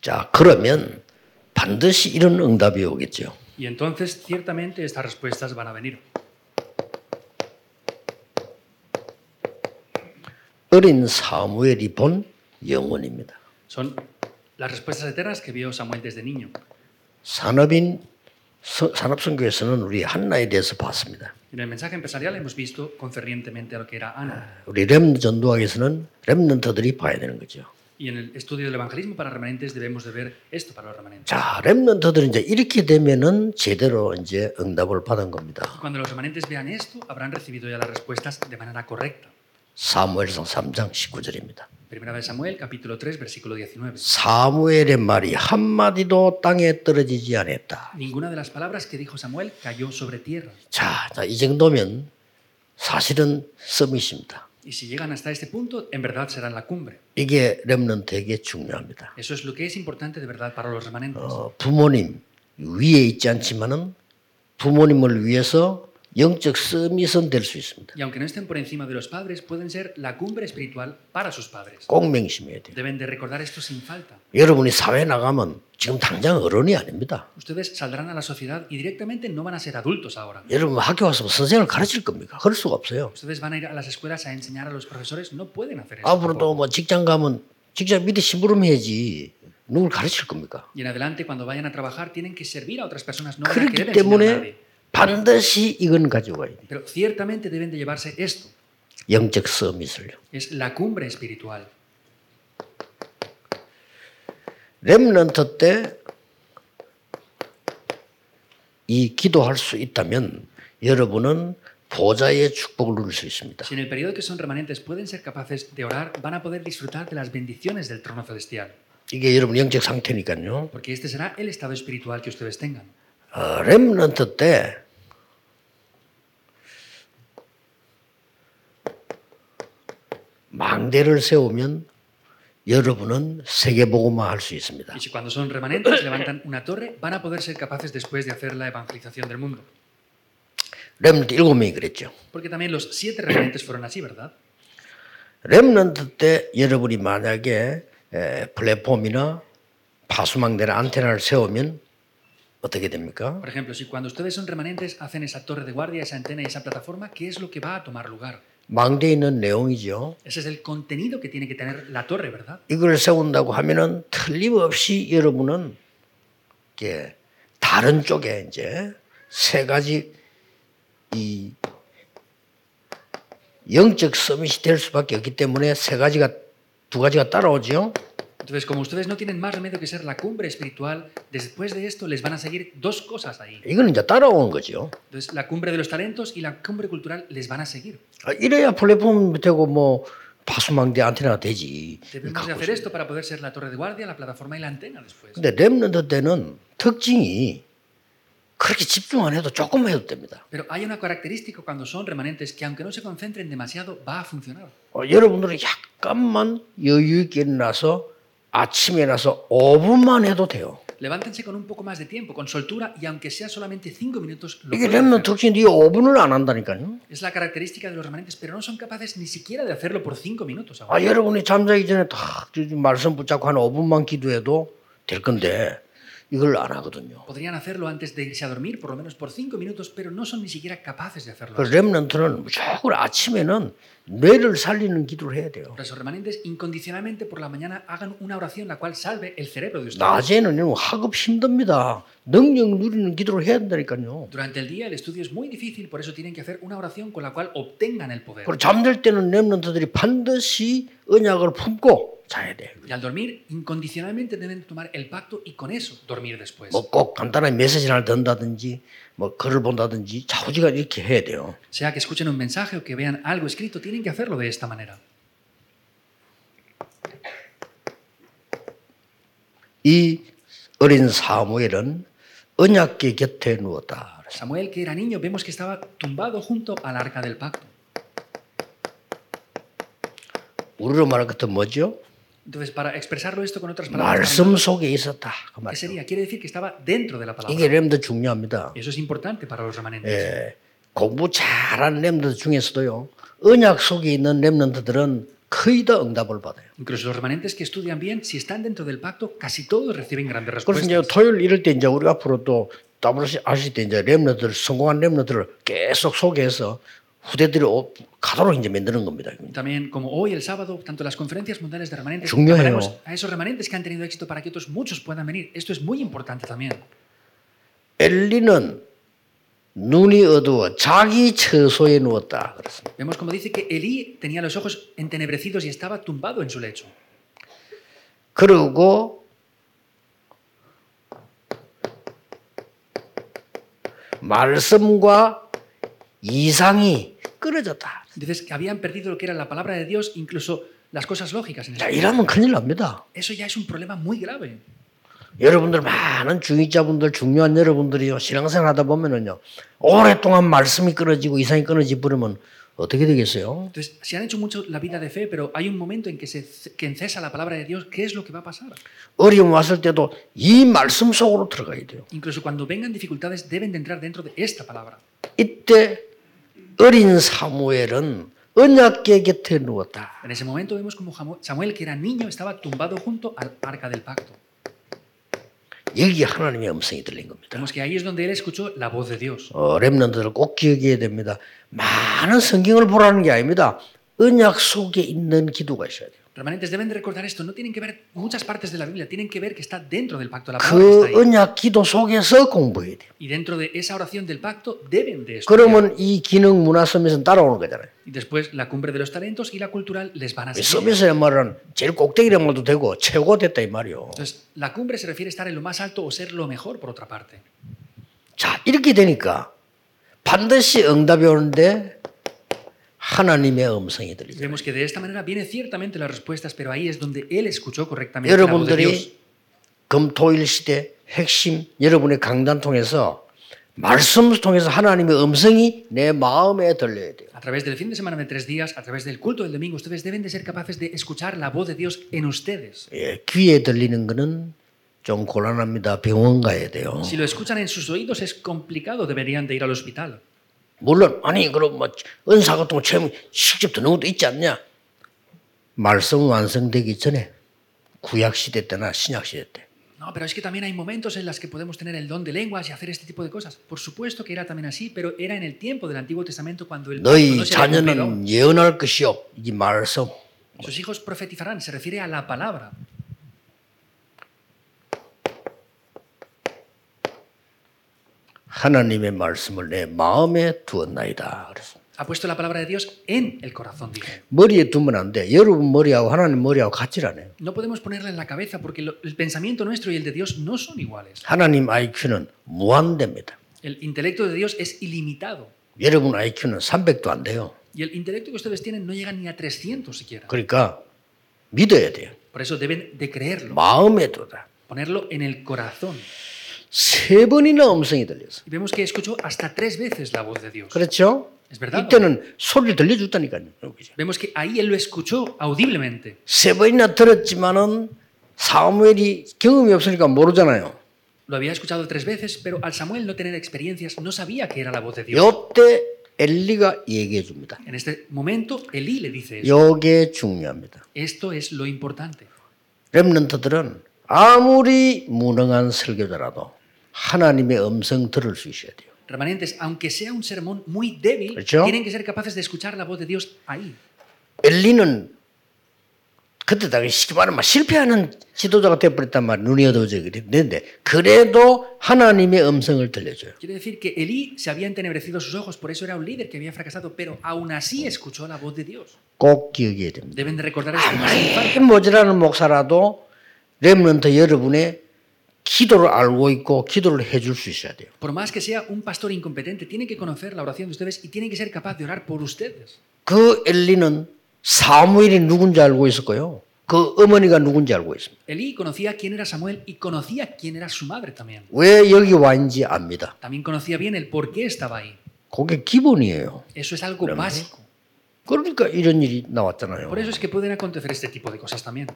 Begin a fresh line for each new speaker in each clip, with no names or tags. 자, 그러면 반드시 이런 응답이 오겠죠.
Y entonces, ciertamente, estas respuestas van a venir.
어린 사무엘이 본 영혼입니다.
Son las respuestas eternas que vio Samuel desde niño.
산업인 서- 산업선교에서는 우리 한나에 대해서 봤습니다.
En el mensaje empresarial hemos visto concernientemente a lo que era Ana.
우리 렘 전도학에서는 렘넌트들이 봐야 되는 거죠.
Y en el estudio del evangelismo para remanentes debemos de ver esto para los remanentes.
자, 렘넌트들은 이제 이렇게 되면은 제대로 이제 응답을 받은 겁니다.
Cuando los remanentes vean esto, habrán recibido ya las respuestas de manera correcta.
사무엘상 3장 19절입니다.
Primera de Samuel, capítulo 3, versículo 19.
사무엘의 말이 한마디도 땅에 떨어지지 않았다.
Ninguna de las palabras que dijo Samuel cayó sobre tierra.
자, 자, 이 정도면 사실은 서밋입니다.
Y si llegan hasta este punto, en verdad serán la cumbre.
이게 렘넌트에게 중요합니다.
Eso es lo que es importante de verdad para los remanentes.
어, 부모님 위에 있지 않지만은 부모님을 위해서 영적 서밋은 될 수 있습니다.
Y aunque no estén por encima de los padres, pueden ser la cumbre espiritual para sus padres.
꼭 명심해야 돼요.
Deben de recordar esto sin falta.
여러분이 사회 나가면 지금 당장 어른이 아닙니다.
Ustedes saldrán a la sociedad y directamente no van a ser adultos ahora.
여러분 학교 와서 뭐 선생을 가르칠 겁니까? 그럴 수가 없어요.
Ustedes van a ir a las escuelas a enseñar a los profesores, no pueden hacer eso.
앞으로도
tampoco.
뭐 직장 가면 직장 밑에 심부름 해야지 누굴 가르칠 겁니까?
Y en adelante, cuando vayan a trabajar, tienen que servir a otras personas, no van a querer
그렇기
enseñar a nadie.
때문에 반드시 이건 가져가야 돼요.
Pero ciertamente deben de llevarse esto.
영적 서밋을요.
Es la cumbre espiritual.
렘넌트 때 이 기도할 수 있다면 여러분은 보좌의 축복을 누릴 수 있습니다.
Si en el periodo que son remanentes pueden ser capaces de orar, van a poder disfrutar de las bendiciones del trono celestial.
이게 여러분 영적 상태니까요.
Porque este será el estado espiritual que ustedes tengan.
어, 렘넌트 때 망대를 세우면 여러분은 세계복음화 할 수 있습니다.
Y si cuando son remanentes levantan una torre, van a poder ser capaces después de hacer la evangelización del mundo.
렘넌트 일곱 명이 그랬죠.
Porque también los siete remanentes fueron así, ¿verdad?
렘넌트 때 여러분이 만약에 에, 플랫폼이나 파수망대나 안테나를 세우면 어떻게 됩니까?
Por ejemplo, si cuando ustedes son remanentes hacen esa torre de guardia, esa antena y esa plataforma, ¿qué es lo que va a tomar lugar?
망대에 있는 내용이죠.
Ese es el contenido que tiene que tener la torre, ¿verdad?
이걸 세운다고 하면은 틀림없이 여러분은 이게 다른 쪽에 이제 세 가지 이 영적 서밋이 될 수밖에 없기 때문에 세 가지가 두 가지가 따라오죠.
Entonces, como ustedes no tienen más remedio que ser la cumbre espiritual, después de esto les van a seguir dos cosas ahí.
이거는 이제 따라오는 거죠.
Entonces, la cumbre de los talentos y la cumbre cultural les van a seguir.
아, 이래야 플랫폼 되고 뭐 파수망대 안테나가 되지.
Debemos de hacer esto para poder ser la torre de guardia, la plataforma y la antena después.
근데 랩런드 때는 특징이 그렇게 집중 안 해도 조금 해도 됩니다.
Pero hay una característica cuando son remanentes que aunque no se concentren demasiado, va a funcionar.
어, 여러분들은 약간만 여유 있게 일어나서 아침에 일어나서 5분만 해도 돼요.
Levántense con un poco más de tiempo, con soltura y aunque sea solamente cinco minutos, lo
이게
pueden
랩런드
hacer.
특징인데 이 5분을 안 한다니까요.
Es la característica de los remanentes, pero no son capaces ni siquiera de hacerlo por cinco minutos. ahora.
아, 여러분이 잠자기 전에 딱 말씀 붙잡고 한 5분만 기도해도 될 건데 이걸 안 하거든요.
Podrían hacerlo antes de irse a dormir, por lo menos por cinco minutos, pero no son ni siquiera capaces de hacerlo.
그 랩런트는 무조건 아침에는 뇌를 살리는 기도를 해야 돼요.
Los remanentes incondicionalmente por la mañana hagan una oración la cual salve el cerebro de ustedes.
낮에는 이런 학업 힘듭니다. 능력 누리는 기도를 해야 된다니까요.
Durante el día el estudio es muy difícil, por eso tienen que hacer una oración con la cual obtengan el poder.
그리고 잠들 때는 렘런트들이 반드시 언약을 품고 자야 돼요.
Y al dormir, incondicionalmente deben tomar el pacto y con eso dormir después.
뭐 꼭 간단한 메시지를 하나 든다든지 뭐 글을 본다든지 좌우지간 이렇게 해야 돼요.
Sea que escuchen un mensaje o que vean algo escrito, tienen que hacerlo de esta manera.
이 어린 사무엘은 언약계 곁에 누웠다.
Samuel, que era niño, vemos que estaba tumbado junto al arca del pacto.
우리로 말할 것은 뭐죠?
Entonces, para expresarlo esto con otras palabras,
말씀 속에 있었다. 그
¿qué
말.
sería? Quiere decir que estaba dentro de la palabra.
이게 렘더 중요합니다.
Eso es importante para los remanentes.
예, 공부 잘하는 렘더 중에서도요. 언약 속에 있는 렘런트들은 거의 다 응답을 받아요.
Incluso los remanentes que estudian bien, si están dentro del pacto, casi todos reciben grandes
그래서 이제
respuestas.
토요일 이럴 때 이제 우리 앞으로 또 WRC 아실 때 이제 렘너들 성공한 렘너들을 계속 소개해서 후대들이 오- 가도록 이제 만드는 겁니다.
También, como hoy, el sábado, tanto las conferencias mundiales de remanentes,
Jungmyeon.
llamaremos a esos remanentes que han tenido éxito para que otros muchos puedan venir. Esto es muy importante también.
엘리는 눈이 어두워 자기 처소에 누웠다. 그랬습니다.
Vemos como dice que Elí tenía los ojos entenebrecidos y estaba tumbado en su lecho.
그리고 말씀과 이상이 끊어졌다.
Dices que habían perdido lo que era la palabra de Dios, incluso las cosas lógicas. En
자,
el-
이러면 큰일 납니다.
Eso ya es un problema muy grave.
여러분들 많은 중위자분들 중요한 여러분들이요 신앙생활 하다 보면은요 오랫동안 말씀이 끊어지고 이상이 끊어지 버리면 어떻게 되겠어요?
Entonces, se han hecho mucho la vida de fe, pero hay un momento en que se que cesa la palabra de Dios, ¿qué es lo que va a pasar?
어려움 왔을 때도 이 말씀 속으로 들어가야 돼요.
Incluso cuando vengan dificultades, deben de entrar dentro de esta palabra.
이때 어린 사무엘은 언약계 곁에 누웠다.
En ese momento vemos como Jamo- Samuel, que era niño, estaba tumbado junto al arca del pacto.
여기 하나님의 음성이 들린 겁니다.
Vemos que ahí es donde él escuchó la voz de Dios.
어, 랩런들을 꼭 기억해야 됩니다. 많은 성경을 보라는 게 아닙니다. 언약 속에 있는 기도가 있어야 돼요.
Remanentes deben de recordar esto, no tienen que ver muchas partes de la Biblia, tienen que ver que está dentro del pacto, la palabra
그
está ahí.
언약 기도 속에서 공부해야 돼요.
Y dentro de esa oración del pacto deben de estudiar.
그러면 이 기능 문화 서밋은 따라오는 거잖아요.
Y después la cumbre de los talentos y la cultural les van a
이
seguir.
서밋이란 말은 제일 꼭대기란 말도 되고 최고 됐다 이 말이요.
Entonces, la cumbre se refiere a estar en lo más alto o ser lo mejor, por otra parte.
자 이렇게 되니까 반드시 응답이 오는데 하나님의 음성이 들리죠.
Vemos que de esta manera vienen ciertamente las respuestas, pero ahí es donde él escuchó correctamente la voz de Dios.
여러분들이 금토일 시대 핵심 여러분의 강단 통해서 말씀 통해서 하나님의 음성이 내 마음에 들려야 돼요.
A través del fin de semana de tres días, a través del culto del domingo, ustedes deben de ser capaces de escuchar la voz de Dios en ustedes.
예, 귀에 들리는 거는 좀 곤란합니다. 병원 가야 돼요.
Si lo escuchan en sus oídos es complicado, deberían de ir al hospital.
물론 아니 그럼 뭐 은사 같은 거 체험 직접 듣는 것도 있지 않냐? 말씀 완성되기 전에 구약 시대 때나 신약 시대 때
No, pero es que también hay momentos en los que podemos tener el don de lenguas y hacer este tipo de cosas. Por supuesto que era también así, pero era en el tiempo del Antiguo Testamento cuando el
너희
cuando se había cumplido.
자녀는 예언할 것이요 이 말씀
Sus hijos profetizarán, se refiere a la palabra.
하나님의 말씀을 내 마음에 두었나이다. 그래서
Ha puesto la palabra de Dios en el corazón, dije.
머리에 두면 안 돼. 여러분 머리하고 하나님 머리하고 같지라네요.
No podemos ponerla en la cabeza porque lo- el pensamiento nuestro y el de Dios no son iguales.
하나님 IQ는 무한대입니다.
El intelecto de Dios es ilimitado.
여러분 IQ는 300도 안 돼요.
Y el intelecto que ustedes tienen no llega ni a 300 siquiera.
그러니까 믿어야 돼요.
Por eso deben de creerlo,
마음에 두다.
ponerlo en el corazón.
세 번이나 음성이 들렸어.
Y vemos que escuchó hasta tres veces la voz de Dios.
그렇죠?
Es verdad.
이때는 소리를 들려줬다니까요. 그죠?
Vemos que ahí él lo escuchó audiblemente.
세 번이나 들었지만은 사무엘이 경험이 없으니까 모르잖아요.
Lo había escuchado tres veces, pero al Samuel no tener experiencias no sabía que era la voz de Dios.
요때 엘리가 얘기해 줍니다.
En este momento, Elí le dice eso.
요게 중요합니다.
Esto es lo importante.
렘넌트들은 아무리 무능한 설교자라도 하나님의 음성 들을 수 있어야 돼요.
Remanentes, aunque sea un sermón muy débil,
¿Hecho?
tienen que ser capaces de escuchar la voz de Dios ahí.
엘리는 그때 당시 쉽게 말하면 막 실패하는 지도자가 되어버렸단 말이에요. 눈이 어두워져 그랬는데 그래도 하나님의 음성을 들려줘요.
Quiere decir que Elí se había entenebrecido sus ojos, por eso era un líder que había fracasado, pero aún así escuchó la voz de Dios.
꼭 기억해야 됩니다.
Deben de recordar esto. más que nunca.
힘 모자라는 목사라도 렘런트 여러분의 기도를 알고 있고 기도를 해줄 수 있어야 돼요.
Por más que sea un pastor incompetente, tiene que conocer la oración de ustedes y tiene que ser capaz de orar por ustedes.
그 엘리는 사무엘이 누군지 알고 있었고요. 그 어머니가 누군지 알고 있습니다.
Elí conocía quién era Samuel y conocía quién era su madre también.
왜 여기 와인지 압니다.
También conocía bien el por qué estaba ahí.
그게 기본이에요.
Eso es algo básico.
그러니까 이런 일이 나왔잖아요.
Por eso es que pueden acontecer este tipo de cosas también.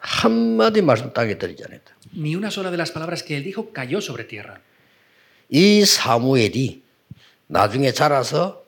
한마디 말씀 땅에 들리지 않았다.
Ni una sola de las palabras que él dijo cayó sobre tierra.
이 사무엘이 나중에 자라서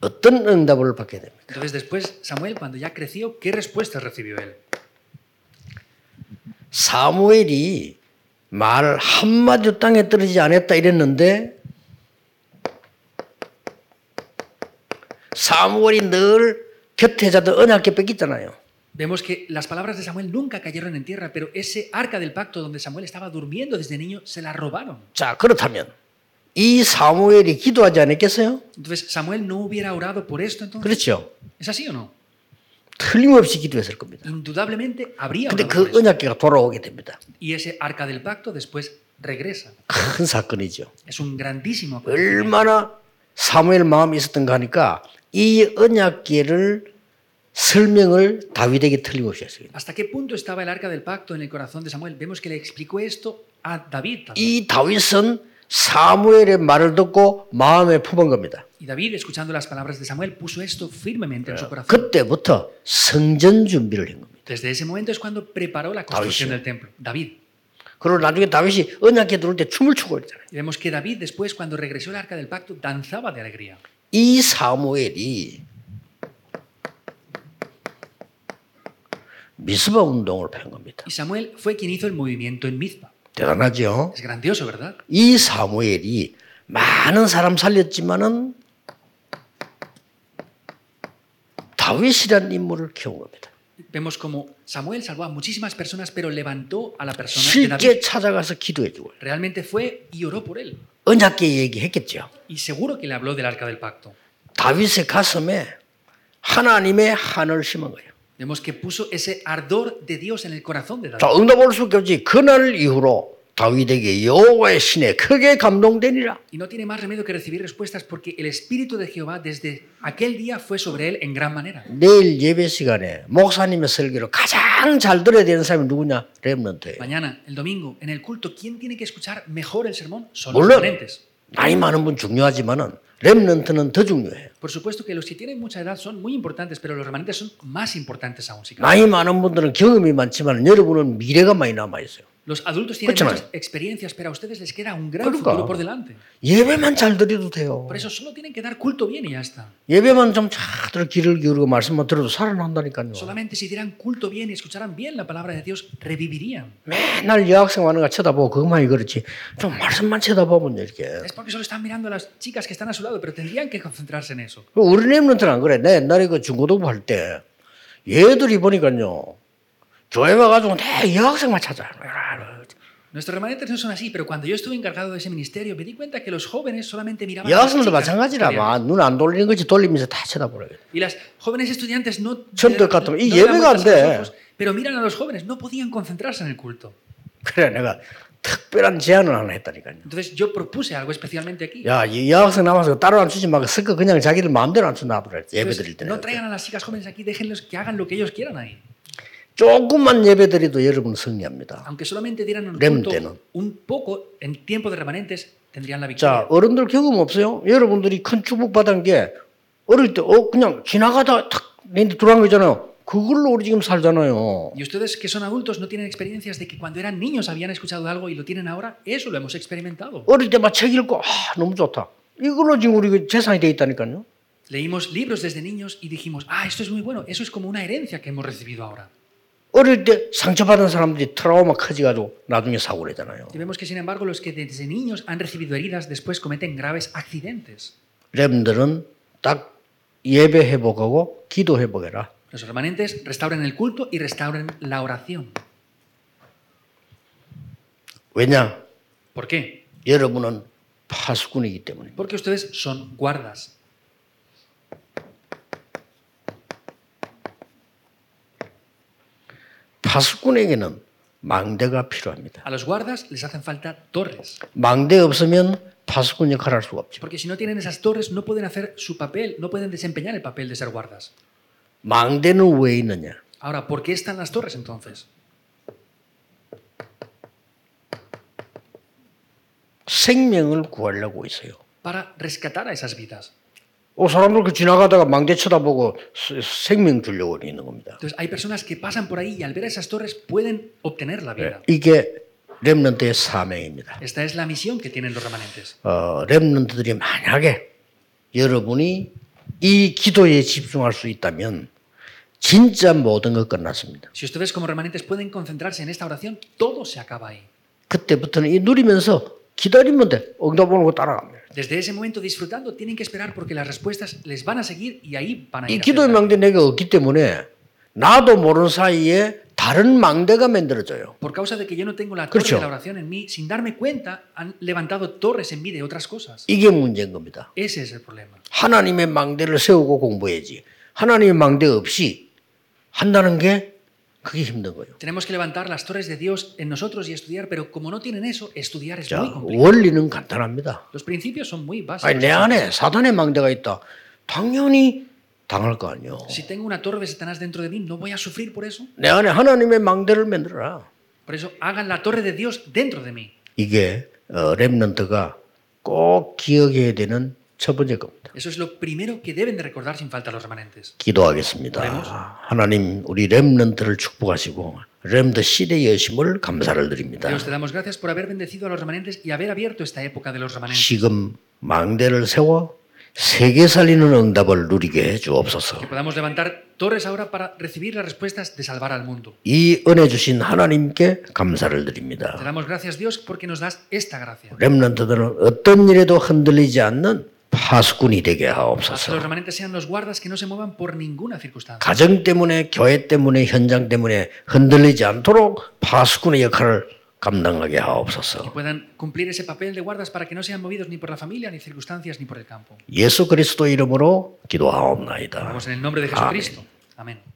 어떤 응답을 받게 됩니까?
Entonces después Samuel, cuando ya creció, ¿qué respuestas recibió él?
사무엘이 말 한마디도 땅에 떨어지지 않았다 이랬는데 사무엘이 늘 곁에 자던 언약궤 뺏겼잖아요.
Vemos que las palabras de Samuel nunca cayeron en tierra, pero ese arca del pacto donde Samuel estaba durmiendo desde niño, se la robaron.
자 그렇다면 이 사무엘이 기도하지 않았겠어요?
Entonces Samuel no hubiera orado por esto entonces.
그렇죠.
¿Es así o no?
틀림없이 기도했을 겁니다.
Indudablemente habría
근데
orado por
그
esto.
언약궤가 돌아오게 됩니다.
Y ese arca del pacto después regresa.
큰 사건이죠.
Es un grandísimo acontecimiento.
얼마나 사무엘 마음이 있었던가 하니까 이 언약궤를 설명을 다윗에게 틀림없이 했습니다.
¿Hasta qué punto estaba el arca del pacto en el corazón de Samuel? Vemos que le explicó esto a David también.
이 다윗은 사무엘의 말을 듣고 마음에 품은 겁니다.
Y David, escuchando las palabras de Samuel, puso esto firmemente en su corazón.
그때부터 성전 준비를 한 겁니다.
Desde ese momento es cuando preparó la construcción del templo. David.
그리고 나중에 다윗이 언약궤 들어올 때 춤을 추고 있잖아요.
Y vemos que David después, cuando regresó el arca del pacto, danzaba de alegría.
이 사무엘이 미스바 운동을 팬 겁니다.
Y Samuel fue quien hizo el movimiento en Mizpa.
대단하죠?
Es grandioso, ¿verdad?
이 사무엘이 많은 사람 살렸지만은 다윗이라는 인물을 키운 겁니다.
Vemos como Samuel salvó a muchísimas personas, pero levantó a la persona de David.
실제 찾아가서 기도해 주고요.
Realmente fue y oró por él.
언약궤 얘기했겠죠.
Y seguro que le habló del arca del pacto.
다윗의 가슴에 하나님의 한을 심은 거예요.
Vemos que puso ese ardor de Dios en el corazón de David.
자, 응답할 수밖에 없지. 그날 이후로 다윗에게 여호와의 신에 크게 감동되니라.
Y no tiene más remedio que recibir respuestas porque el Espíritu de Jehová desde aquel día fue sobre él en gran manera.
내일 예배 시간에 목사님의 설교를 가장 잘 들어야 되는 사람이 누구냐? 렘넌트예요.
Mañana, el domingo, en el culto, ¿quién tiene que escuchar mejor el sermón? Son los
물론
ponentes.
나이 많은 분 중요하지만은 렘넌트는 더 중요해요.
Por supuesto que los que tienen mucha edad son muy importantes, pero los remanentes son más importantes aún. si cabe.
나이 많은 분들은 경험이 많지만 여러분은 미래가 많이 남아 있어요.
Los adultos tienen
Escúchame.
muchas experiencias, pero a ustedes les queda un gran
Claro.
futuro por delante.
예배만 잘 드려도 돼요.
Por eso solo tienen que dar culto bien y ya está.
예배만 좀잘 들어 귀를 기울이고 말씀만 들어도 살아난다니까요.
Solamente si dieran culto bien y escucharan bien la palabra de Dios, revivirían.
맨날 여학생 하는 거 쳐다보고 그것만이 그렇지. 좀 말씀만 쳐다보면 이렇게.
Es porque solo están mirando a las chicas que están a su lado, pero tendrían que concentrarse en eso.
그 우리 랩런트는 안 그래. 내 옛날에 그 중고등부 할 때 얘들이 보니까요. 교회 와가지고 내 여학생만 찾아. 뭐
Nuestros remanentes no son así, pero cuando yo estuve encargado de ese ministerio, me di cuenta que los jóvenes solamente miraban a las
여학생도
chicas.
마찬가지라.
que
막 눈 안 돌리는 거지 돌리면서 다 쳐다보라. 그래.
Y las jóvenes estudiantes no.
Chonto
no-
cato. Y
no
lleve
dan vueltas a los
grande.
ojos, Pero miran a los jóvenes, no podían concentrarse en el culto.
그래 내가 특별한 제안을 하나 했다니까요.
Entonces yo propuse algo especialmente aquí.
야, 이 여학생 남아서 따로 안 주지 말고 섞어 그냥 자기들 마음대로 안 주나보라. 예배
Entonces,
드릴 때.
no traigan a las chicas jóvenes aquí, déjenlos que hagan lo que ellos quieran ahí.
조금만 예배 드려도 여러분 승리합니다.
Aunque solamente dieran un
Remte,
culto
¿no?
un poco en tiempo de remanentes, tendrían la
자,
victoria.
어른들 경험 없어요? 여러분들이 큰 축복 받은 게 어릴 때, 어, 그냥 지나가다 탁, 내한테 들어간 거잖아요. 그걸로 우리 지금 살잖아요.
Y ustedes que son adultos no tienen experiencias de que cuando eran niños habían escuchado algo y lo tienen ahora, eso lo hemos experimentado.
어릴 때 막 책 읽고, 아, 너무 좋다. 이걸로 지금 우리 그 재산이 돼 있다니까요.
Leímos libros desde niños y dijimos, ah, esto es muy bueno, eso es como una herencia que hemos recibido ahora.
어릴 때 상처받은 사람들이 트라우마 커지가지고 나중에 사고를 하잖아요.
Y vemos que, sin embargo, los que desde niños han recibido heridas después cometen graves accidentes.
렘들은 딱 예배 회복하고 기도 회복해라.
Los remanentes restauran el culto y restauran la oración.
왜냐?
¿Por qué?
여러분은 파수꾼이기 때문에.
Porque ustedes son guardas.
파수꾼에게는 망대가 필요합니다.
A los guardas les hacen falta torres.
망대 없으면 파수꾼 역할을 할 수가 없죠.
Porque si no tienen esas torres, no pueden hacer su papel, no pueden desempeñar el papel de ser guardas.
망대는 왜 있느냐?
Ahora, ¿por qué están las torres entonces?
생명을 구하려고 있어요.
Para rescatar a esas vidas.
어, 사람들 그 지나가다가 망대 쳐다보고 스- 생명 주려고 있는 겁니다.
Entonces, hay personas que pasan por ahí y al ver esas torres pueden obtener la vida.
이게 렘넌트의 사명입니다.
Esta es la misión que tienen los remanentes.
어, 렘넌트들이 만약에 여러분이 이 기도에 집중할 수 있다면 진짜 모든 것 끝났습니다.
Si ustedes como remanentes pueden concentrarse en esta oración, todo se acaba ahí.
그때부터는 이 누리면서 기다리면 돼. 응답 오는 거 따라갑니다.
Desde ese momento disfrutando, tienen que esperar porque las respuestas les van a seguir y ahí van a
이
ir.
기도의
hacia
망대
adelante.
내가 없기 때문에 나도 모르는 사이에 다른 망대가 만들어져요.
Por causa de que yo no tengo la torre
Escucho.
de la oración en mí, sin darme cuenta, han levantado torres en mí de otras cosas.
이게 문제인 겁니다.
Ese es el problema.
하나님의 망대를 세우고 공부해야지. 하나님의 망대 없이 한다는 게 그게 힘든 거예요.
Tenemos que levantar las torres de Dios en nosotros y estudiar, pero como no tienen eso, estudiar es muy
자,
complicado.
원리는 간단합니다.
Los principios son muy
아니,
básicos.
내 안에 사단의 망대가 있다. 당연히 당할 거 아니요.
Si tengo una torre de Satanás dentro de mí, ¿no voy a sufrir por eso?
내 안에 하나님의 망대를 만들어라.
Por eso, hagan la torre de Dios dentro de mí.
이게 어, 랩런트가 꼭 기억해야 되는 첫 번째 겁니다.
Eso es lo primero que deben de recordar sin falta los remanentes.
기도하겠습니다. 하나님 우리 랩런트를 축복하시고 랩런트 시대의 여심을 감사를 드립니다.
Dios, te damos gracias por haber bendecido a los remanentes y haber abierto esta época de los remanentes.
지금 망대를 세워 세계 살리는 응답을 누리게 해 주옵소서.
Que podamos levantar torres ahora para recibir las respuestas de salvar al mundo.
이 은혜 주신 하나님께 감사를
Te
드립니다.
damos gracias, Dios, porque nos das esta gracia.
랩런트들은 어떤 일에도 흔들리지 않는 파수꾼이 되게
Haz
하옵소서.
que los remanentes sean los guardas que no se muevan por ninguna circunstancia.
가정 때문에 교회 때문에 현장 때문에 흔들리지 않도록 파수꾼의 역할을 감당하게
Que
하옵소서.
puedan cumplir ese papel de guardas para que no sean movidos ni por la familia, ni circunstancias, ni por el campo.
예수 그리스도 이름으로 기도하옵나이다.
Vamos en el nombre de Jesucristo. Amén.